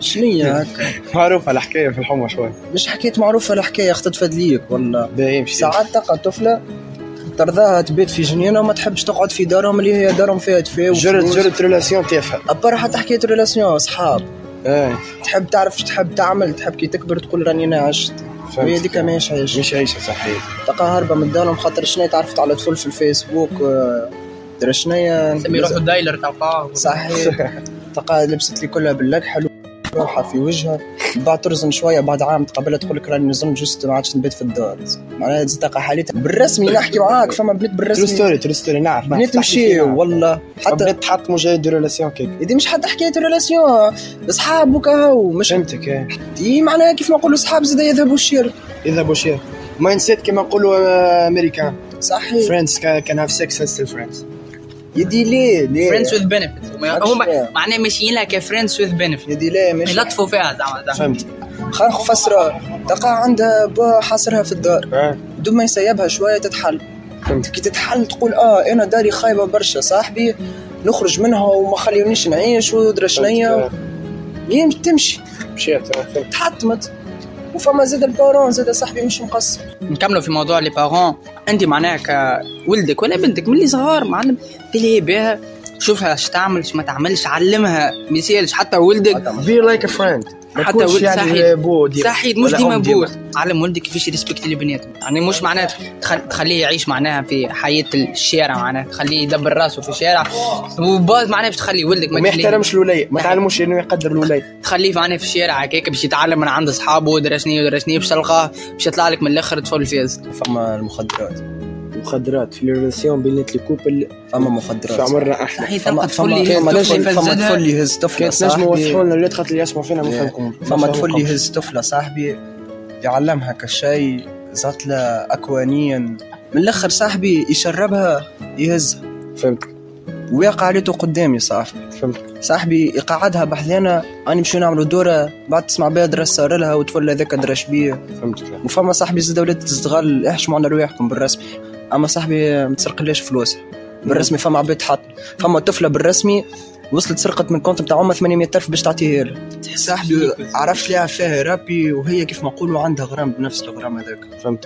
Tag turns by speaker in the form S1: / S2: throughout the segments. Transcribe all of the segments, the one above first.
S1: شنية هكا
S2: معروفه الحكايه في الحمى شوي
S1: مش حكيت معروفة الحكاية اختطفت ليك ولا
S2: باهي يمشي
S1: ساعات تلقى طفلة ترضاها تبات في جنينة وما تحبش تقعد في دارهم اللي هي دارهم فيها تفاح
S2: جرت جرت ريلاسيون تافهه
S1: أبار حتى حكاية ريلاسيون أصحاب
S2: اي
S1: تحب تعرف شو تحب تعمل تحب كي تكبر تقول راني انا عشت وهي هذيك ماهيش عايشة
S2: مش عيشه صحيه
S1: تلقى هاربة من دارهم خاطر شنيا تعرفت على طفل في الفيسبوك آه، درا شنيا
S3: سمي روحه دايلر تلقاه
S1: صحيح تلقاها لبست لي كلها باللكحل روحها في وجهها بعد ترزن شويه بعد عام تقابلها تقول لك راني نزلت جست ما عادش نبات في الدار معناها تزيد تلقى حالتها بالرسمي نحكي معاك فما بنت
S2: ترو
S1: بالرسمي
S2: ستوري ترو ستوري نعرف نعرف.
S1: بنت
S2: تحكي فيه،
S1: مشي
S2: نعرف.
S1: والله حتى
S2: بنت حط مجرد ريلاسيون كيك
S1: هذه مش حتى حكايه ريلاسيون اصحاب وكهو مش
S2: فهمتك إيه.
S1: دي معناها كيف ما نقولوا اصحاب زاد يذهبوا الشير
S2: اذا بوشير مايند سيت كما نقولوا آه، امريكان
S1: صحيح
S2: فريندز كان هاف سكس ستيل فريندز
S1: يدي ليه ليه
S3: فريندز وذ بنفيت هما معناها ماشيين لها كفريندز وذ بنفيت
S1: يدي ليه مش
S3: يلطفوا فيها زعما زعما.
S2: فهمت
S1: خلينا نفسرها تلقى عندها با حاصرها في الدار
S2: آه،
S1: بدون ما يسيبها شويه تتحل
S2: فهمت
S1: كي تتحل تقول اه انا داري خايبه برشا صاحبي نخرج منها وما خليونيش نعيش ودرا شنيا
S2: فهمت.
S1: يم تمشي
S2: آه، مشيت آه، فهمت
S1: تحطمت وفما زاد البارون زاد صاحبي مش مقصر
S3: نكملوا في موضوع لي بارون انت معناها كولدك ولا بنتك من اللي صغار معلم تلهي بها شوفها اش تعمل اش ما تعملش علمها ما يسالش حتى ولدك
S2: بي لايك ا فريند
S3: حتى ولد صحيح.
S2: يعني بو ديما.
S3: صحيح مش
S2: ولا
S3: ديما
S2: أم
S3: بوت علم ولدك كيفاش يريسبكت البنات يعني مش معناها تخل... تخليه يعيش معناها في حياه الشارع معناها تخليه يدبر راسه في الشارع وباز معناها باش تخلي ولدك
S2: ما
S3: تخليه-
S2: يحترمش الولايه ما
S3: صحيح.
S2: تعلموش انه يقدر الولايه
S3: تخليه معناها في الشارع هكاك باش يتعلم من عند اصحابه ودرا شنيا ودرا شنيا باش تلقاه باش يطلع لك من الاخر طفل فاز
S1: فما المخدرات
S2: المخدرات في الريلاسيون بين لي كوبل
S1: فما مخدرات
S2: في عمرنا احنا
S3: صحيح
S1: فما
S3: تلقى
S1: فما
S3: طفل يهز
S1: فما
S3: طفل
S1: طفل- فما
S3: يفزدها.
S1: طفل يهز طفله
S2: كانت نجم
S1: صاحبي
S2: يوضحوا لنا الولاد خاطر اللي يسمعوا فينا ما
S1: إيه.
S2: فهمكم
S1: فما طفل يهز طفله صاحبي يعلمها كشي زاتلة اكوانيا من الاخر صاحبي يشربها يهزها
S2: فهمت
S1: ويقع عليته قدامي صاحبي
S2: فهمت
S1: صاحبي يقعدها بحذانا اني مشيو نعملوا دوره بعد تسمع بها درا صار لها وتولى ذاك درا شبيه
S2: فهمت
S1: وفما صاحبي زاد ولاد تستغل احشموا على رواحكم بالرسمي اما صاحبي ما تسرقليش فلوس بالرسمي فما عباد حط فما طفله بالرسمي وصلت سرقت من الكونت بتاعهم 800 الف باش تعطيه صاحبي عرفت لها فيها رابي وهي كيف ما نقولوا عندها غرام بنفس الغرام هذاك
S2: فهمت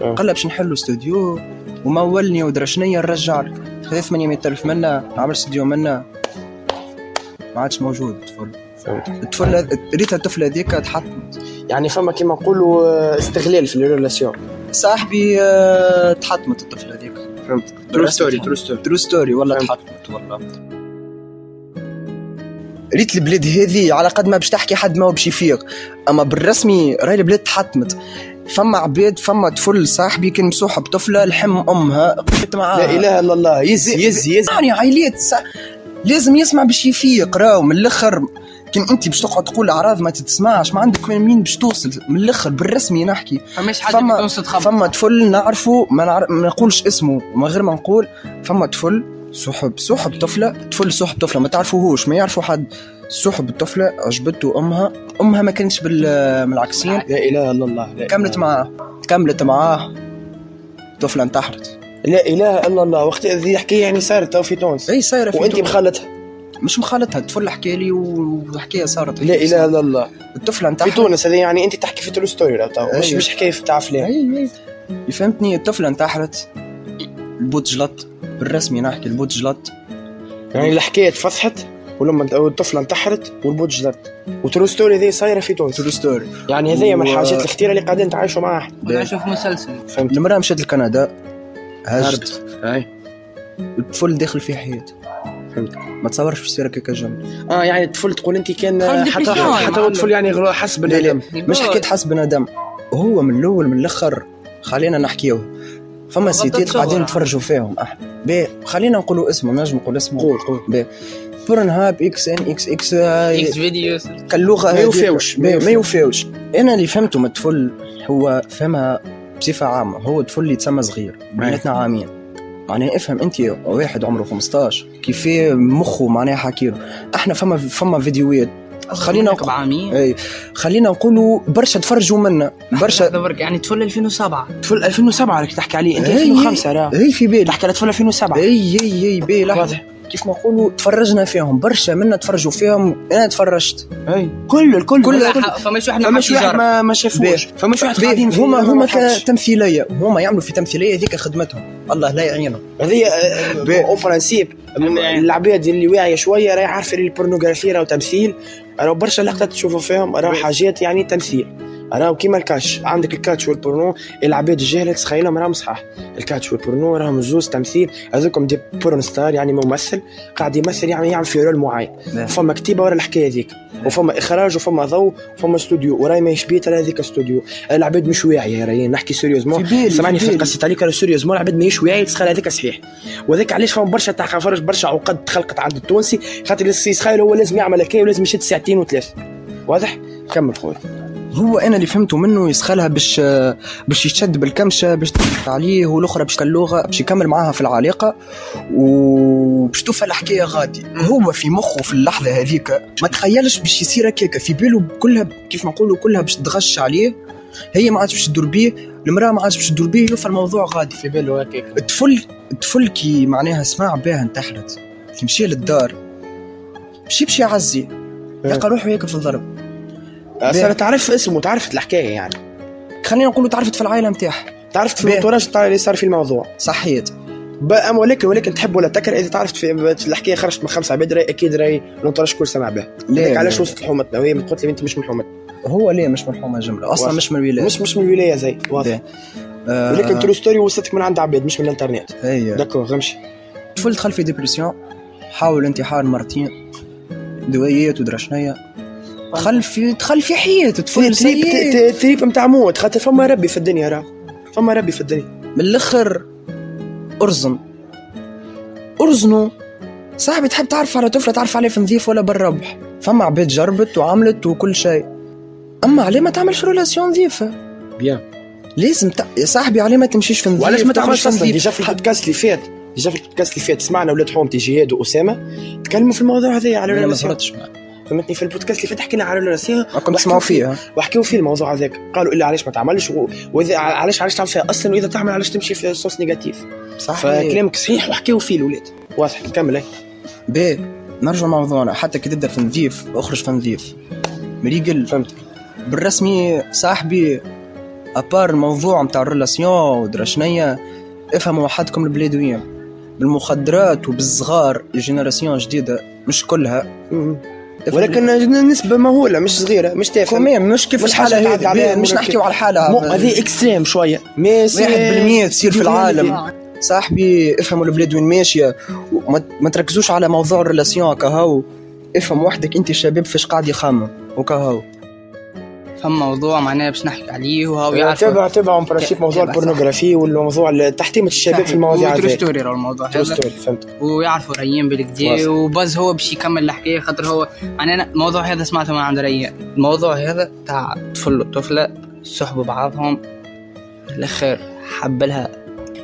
S1: قال لها باش نحلوا استوديو ومولني ودرا شنيا نرجع لك خذ 800 الف منا عمل استوديو منا ما عادش موجود الطفل
S2: فهمت
S1: الطفل ريت الطفل هذيك تحطمت
S2: يعني فما كيما نقولوا آه، استغلال في الريلاسيون
S1: صاحبي آه، تحطمت الطفل هذيك
S2: فهمت
S1: True story,
S2: ترو ستوري
S1: ترو ستوري والله
S2: فهمت.
S1: تحطمت والله ريت البلاد هذه على قد ما باش تحكي حد ما هو باش يفيق اما بالرسمي راهي البلاد تحطمت فما عباد فما طفل صاحبي كان مسوحه بطفله لحم امها قفت معاها
S2: لا اله الا الله يزي يزي يزي
S1: يعني عائلات سا... لازم يسمع باش يفيق راهو من الاخر كان انت باش تقعد تقول اعراض ما تتسمعش ما عندك من مين باش توصل من الاخر بالرسمي نحكي
S3: فماش حاجه
S1: فما-
S3: تونس تخبط
S1: فما طفل نعرفه ما, نعرف ما نقولش اسمه من غير ما نقول فما طفل سحب سحب طفله طفل سحب طفله ما تعرفوهوش ما يعرفوا حد سحب الطفله عجبته امها امها ما كانتش بال... من العكسين
S2: لا اله الا الله لا
S1: كملت
S2: إله.
S1: معاه كملت معاه الطفله انتحرت
S2: لا اله الا الله وقت هذه حكايه يعني صارت تو في تونس
S1: اي صايره إيه، في
S2: وانت
S1: تونس.
S2: مخالطها
S1: مش مخالطها الطفل حكى لي والحكايه صارت
S2: لا اله الا الله
S1: الطفله نتاعها
S2: في تونس هذه يعني انت تحكي في ترو ستوري مش
S1: أيوة.
S2: مش حكايه في تاع فلان
S1: اي اي فهمتني الطفله إيه. انتحرت البوت جلط بالرسمي نحكي البوت جلط
S2: يعني الحكايه اتفضحت ولما انت- الطفله انتحرت والبوت جدرت وترو ستوري هذه صايره في تونس
S1: ترو ستوري
S2: يعني هذه من
S1: و-
S2: الحاجات الكثيره اللي قاعدين نتعايشوا معاها
S3: ولا شوف مسلسل
S2: فهمت
S1: المراه مشات لكندا هاجت
S2: اي
S1: الطفل داخل في حياته
S2: فهمت.
S1: ما تصورش في سيرك هكا جنب
S2: اه يعني الطفل تقول انت كان
S3: خرج
S2: حتى
S3: depression يا
S2: حتى هو
S3: معلم.
S2: الطفل يعني غلو- حس بالندم
S1: مش حكيت حسب بنادم هو من الاول من الاخر خلينا نحكيه فما
S3: غطت
S1: سيتيت قاعدين
S3: صورة.
S1: نتفرجوا فيهم احنا بيه خلينا نقولوا اسمه نجم نقول اسمه
S2: قول قول
S1: بورنهاب اكس ان اكس اكس
S3: اكس فيديوز
S1: كاللغه
S2: ما
S1: هذيك.
S2: يوفاوش، ما
S1: ما
S2: يوفاوش.
S1: ما يوفاوش انا اللي فهمته من الطفل هو فهمها بصفه عامه هو طفل اللي يتسمى صغير بيناتنا عامين معناها افهم انت واحد عمره 15 كيف مخه معناها حكيله احنا فما فما فيديوهات خلينا
S3: نقعد
S1: نق-
S3: عامين
S1: اي خلينا نقولوا برشا تفرجوا منا برشا
S3: برشا يعني تفل 2007
S2: طفل 2007 راك تحكي عليه انت
S1: هي-
S2: 2005 راه
S1: هي في بالي
S2: تحكي على طفل 2007
S1: اي اي اي بي لحظه
S2: واضح
S1: كيف ما نقولوا تفرجنا فيهم برشا منا تفرجوا فيهم انا تفرجت
S2: اي
S1: كل الكل
S3: كل
S1: الكل.
S3: فماش واحد ما
S2: فماش
S3: حبش
S2: واحد
S3: يجرب
S2: ما ما شافوش
S1: باهي.
S2: فماش واحد
S1: باهي،
S2: قاعدين فيه
S1: هما
S2: ما
S1: هما
S2: حبش.
S1: كتمثيليه هما يعملوا في تمثيليه هذيك خدمتهم الله لا يعينهم
S2: هذه آه،
S1: باهي.
S2: او برانسيب
S3: باهي.
S2: العباد اللي واعيه شويه راهي عارفه اللي البورنوغرافي راهو تمثيل راهو برشا لقطات تشوفوا فيهم راهو حاجات يعني تمثيل راهو كيما الكاتش عندك الكاتش والبورنو العباد الجهله تخيلهم راهم صحاح الكاتش والبورنو راهم زوز تمثيل هذوكم دي بورن ستار يعني ممثل قاعد يمثل يعني يعمل في رول معين
S1: باهي.
S2: فما كتيبه ورا الحكايه هذيك وفما اخراج وفما ضوء وفما استوديو وراي ماهيش بيه ترى هذيك استوديو العباد مش واعيه راهي نحكي سيريوزمون
S1: في بالي، في
S2: سمعني في
S1: بالي.
S2: قصيت عليك على سوريا زمان العباد ماهيش واعي تسخيل هذاك صحيح وذاك علاش فهم برشا تاع خفرج برشا عقد تخلقت عند التونسي خاطر اللي يسخيل هو لازم يعمل هكايا ولازم يشد ساعتين وثلاث واضح كمل خويا
S1: هو انا اللي فهمته منه يسخلها باش باش يشد بالكمشه باش تضحك عليه والاخرى باش اللغه باش يكمل معاها في العلاقه وباش توفى الحكايه غادي هو في مخه في اللحظه هذيك ما تخيلش باش يصير هكاك في باله كلها كيف ما نقولوا كلها باش تغش عليه هي ما عادش باش تدور بيه المراه ما عادش باش تدور بيه يوفى الموضوع غادي
S3: في باله هكاك
S1: الطفل الطفل كي معناها سمع بها انتحرت كي مشى للدار مشي باش يعزي
S3: إيه.
S1: لقى روحه ياكل في الضرب
S2: صار تعرف اسمه تعرفت الحكايه يعني
S1: خلينا نقولوا تعرفت في العائله نتاعها
S2: تعرفت في
S1: باهي.
S2: الانتوراج تاع اللي صار في الموضوع
S1: صحيت
S2: ب- أما ولكن ولكن تحب ولا تكره اذا تعرفت في, في الحكايه خرجت من خمسه عباد راهي اكيد راهي الانتوراج كل سمع بها
S1: لا،
S2: هذاك
S1: لا،
S2: علاش
S1: لا.
S2: وصلت لحومتنا وهي من قلت لي انت مش من حومتنا
S1: هو ليه مش ملحومه جمله اصلا
S2: واضح.
S1: مش من الولايه
S2: مش مش من الولايه زي واضح
S1: باهي. آه،
S2: ولكن ترو ستوري وصلتك من عند عباد مش من الانترنت
S1: هي
S2: داكور غمشي
S1: طفل دخل في ديبرسيون حاول انتحار مرتين دويات ودرا شنيا دخل في دخل في حياته طفل
S2: تريب
S1: سيء.
S2: تريب- تريب نتاع موت خاطر فما ربي في الدنيا راه فما ربي في الدنيا
S1: من الاخر ارزن ارزنه صاحبي تحب تعرف على طفله تعرف عليه في نظيف ولا بالربح فما عباد جربت وعملت وكل شيء اما عليه ما تعملش رولاسيون نظيفه
S2: بيان
S1: لازم ت... يا صاحبي عليه ما تمشيش في نظيف
S2: وعلاش ما
S1: تخرج
S2: تعملش
S1: في
S2: اصلا
S1: نظيف.
S2: ديجا في البودكاست اللي فات ديجا في البودكاست اللي فات سمعنا ولاد حومتي جهاد واسامه تكلموا في الموضوع هذا على
S1: أنا ما
S2: الرولاسيون
S1: صارتش
S2: فهمتني في البودكاست اللي فات حكينا على الرولاسيون
S1: راكم تسمعوا فيها
S2: وحكيوا فيه الموضوع هذاك قالوا الا علاش ما تعملش و- واذا علاش علاش تعمل فيها اصلا واذا تعمل علاش تمشي في صوص نيجاتيف فكلامك صحيح وحكيوا فيه الاولاد واضح كمل إيه.
S1: باهي نرجع لموضوعنا حتى كي تبدا في نظيف اخرج في نظيف مريقل
S2: فهمت.
S1: بالرسمي صاحبي ابار الموضوع نتاع الريلاسيون ودرا شنيا افهموا وحدكم البلادوية بالمخدرات وبالصغار الجينيراسيون جديدة مش كلها
S2: م-
S1: إيه،
S2: ولكن نسبه مهوله مش صغيره مش تافهه
S1: كمان مش كيف
S2: مش
S1: الحالة
S2: حاجة تعدي
S1: هذه
S2: عليها
S1: باهي، مش
S2: مرة
S1: نحكيو
S2: كيف.
S1: على الحالة
S2: مو هذه اكستريم شويه مي سي-
S1: واحد بالمية تصير في
S2: دي- دي-
S1: العالم
S2: دي-
S1: صاحبي افهموا البلاد وين ماشيه وما ما تركزوش على موضوع الريلاسيون كهو افهم وحدك انت شباب فاش قاعد يخمم وكهو
S3: فما موضوع معناها باش نحكي عليه
S2: إيه،
S3: وهو يعرف
S2: تبع تبع اون برانسيب
S3: ك-
S2: موضوع
S3: ك-
S2: البورنوغرافي والموضوع تحطيم الشباب في المواضيع
S3: ترو
S2: هذه
S3: ستوري راه الموضوع
S2: True
S3: هذا
S2: story، فهمت
S3: ويعرفوا ريان بالكدا
S2: واصل.
S3: وبز هو باش يكمل الحكايه خاطر هو يعني انا الموضوع هذا سمعته من عند ريان الموضوع هذا تاع طفل وطفله صحبوا بعضهم الاخر حبلها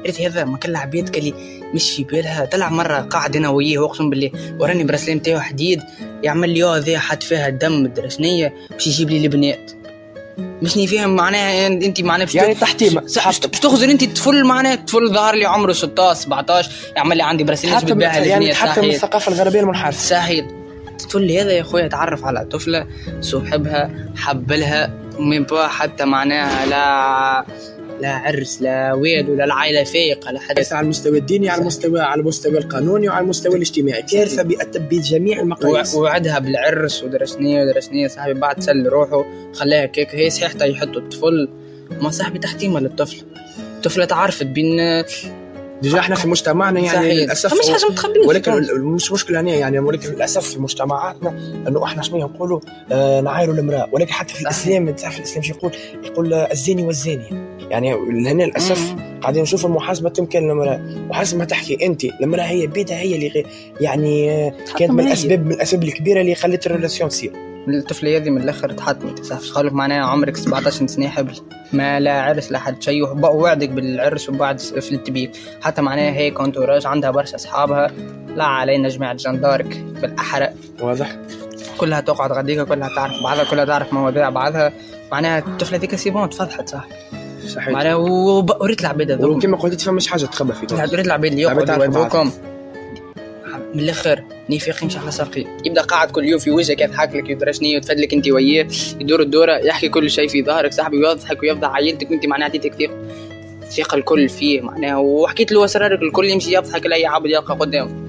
S3: قلت هذا ما كان العباد قال لي مش في بالها طلع مره قاعد انا وياه اقسم بالله وراني برسلين نتاعو حديد يعمل لي اه ذي حط فيها الدم مدري شنيا باش يجيب لي البنات مشني فاهم معناها يعني انت معناها باش
S2: يعني تحطيم
S3: صح باش تخزر انت طفل معناها طفل ظهر لي عمره 16 17 يعمل لي عندي براسيل
S2: تحطم
S3: بتبيعها
S2: يعني
S3: لبنات
S2: تحطم
S3: صحيح
S2: الثقافه الغربيه المنحرفه
S3: صحيح تقول لي هذا يا خويا تعرف على طفله صاحبها حبلها من با حتى معناها لا لا عرس لا ويل ولا العائله فايقه لا حدث
S2: على المستوى الديني على المستوى على المستوى القانوني وعلى المستوى الاجتماعي كارثه بيأتى بجميع المقاييس
S3: وعدها بالعرس ودرسنية ودرسنية صاحبي بعد سل روحه خلاها كيك هي صحيح تا يحطوا الطفل ما صاحبي تحتيمة للطفل الطفلة تعرفت بين
S2: ديجا احنا في مجتمعنا يعني
S3: صحيح
S2: للاسف
S3: مش حاجة متخبية
S2: ولكن مش مشكلة هنا يعني ولكن للأسف في مجتمعاتنا أنه إحنا شنو نقولوا آه نعايروا المرأة ولكن حتى في
S3: صحيح.
S2: الإسلام تعرف الإسلام شو يقول يقول آه، الزاني والزانية يعني هنا للأسف قاعدين نشوف المحاسبة تمكن للمرأة وحسب ما تحكي أنت المرأة هي بيدها هي اللي غي- يعني آه، كانت من الأسباب من الأسباب الكبيرة اللي خلت الريلاسيون تصير
S3: الطفلة هذه من الآخر تحطمت صح قالك معناها عمرك 17 سنة حبل ما لا عرس لا حد شيء وب- ووعدك بالعرس وبعد في التبيب حتى معناها هي كونتوراج عندها برشا أصحابها لا علينا جماعة جندارك بالأحرى
S2: واضح
S3: كلها تقعد غديكا كلها تعرف بعضها كلها تعرف مواضيع بعضها معناها الطفلة ذيك سي بون تفضحت صح
S2: صحيح
S3: معناها وب- وريت العباد هذوك
S2: وكما قلت فما مش حاجة تخبى في
S3: وريت العباد اللي
S2: العباد
S3: يقعدوا
S2: تعرف بعضها.
S3: يوربوكم من الاخر نيفيق يمشي على ساقي يبدا قاعد كل يوم في وجهك يضحك لك يدرى شنيا يتفدلك انت وياه يدور الدوره يحكي كل شيء في ظهرك صاحبي ويضحك ويفضح عائلتك وانت معناها عطيتك ثقه الثقه الكل فيه معناها وحكيت له اسرارك الكل يمشي يضحك لاي عبد يلقى قدامه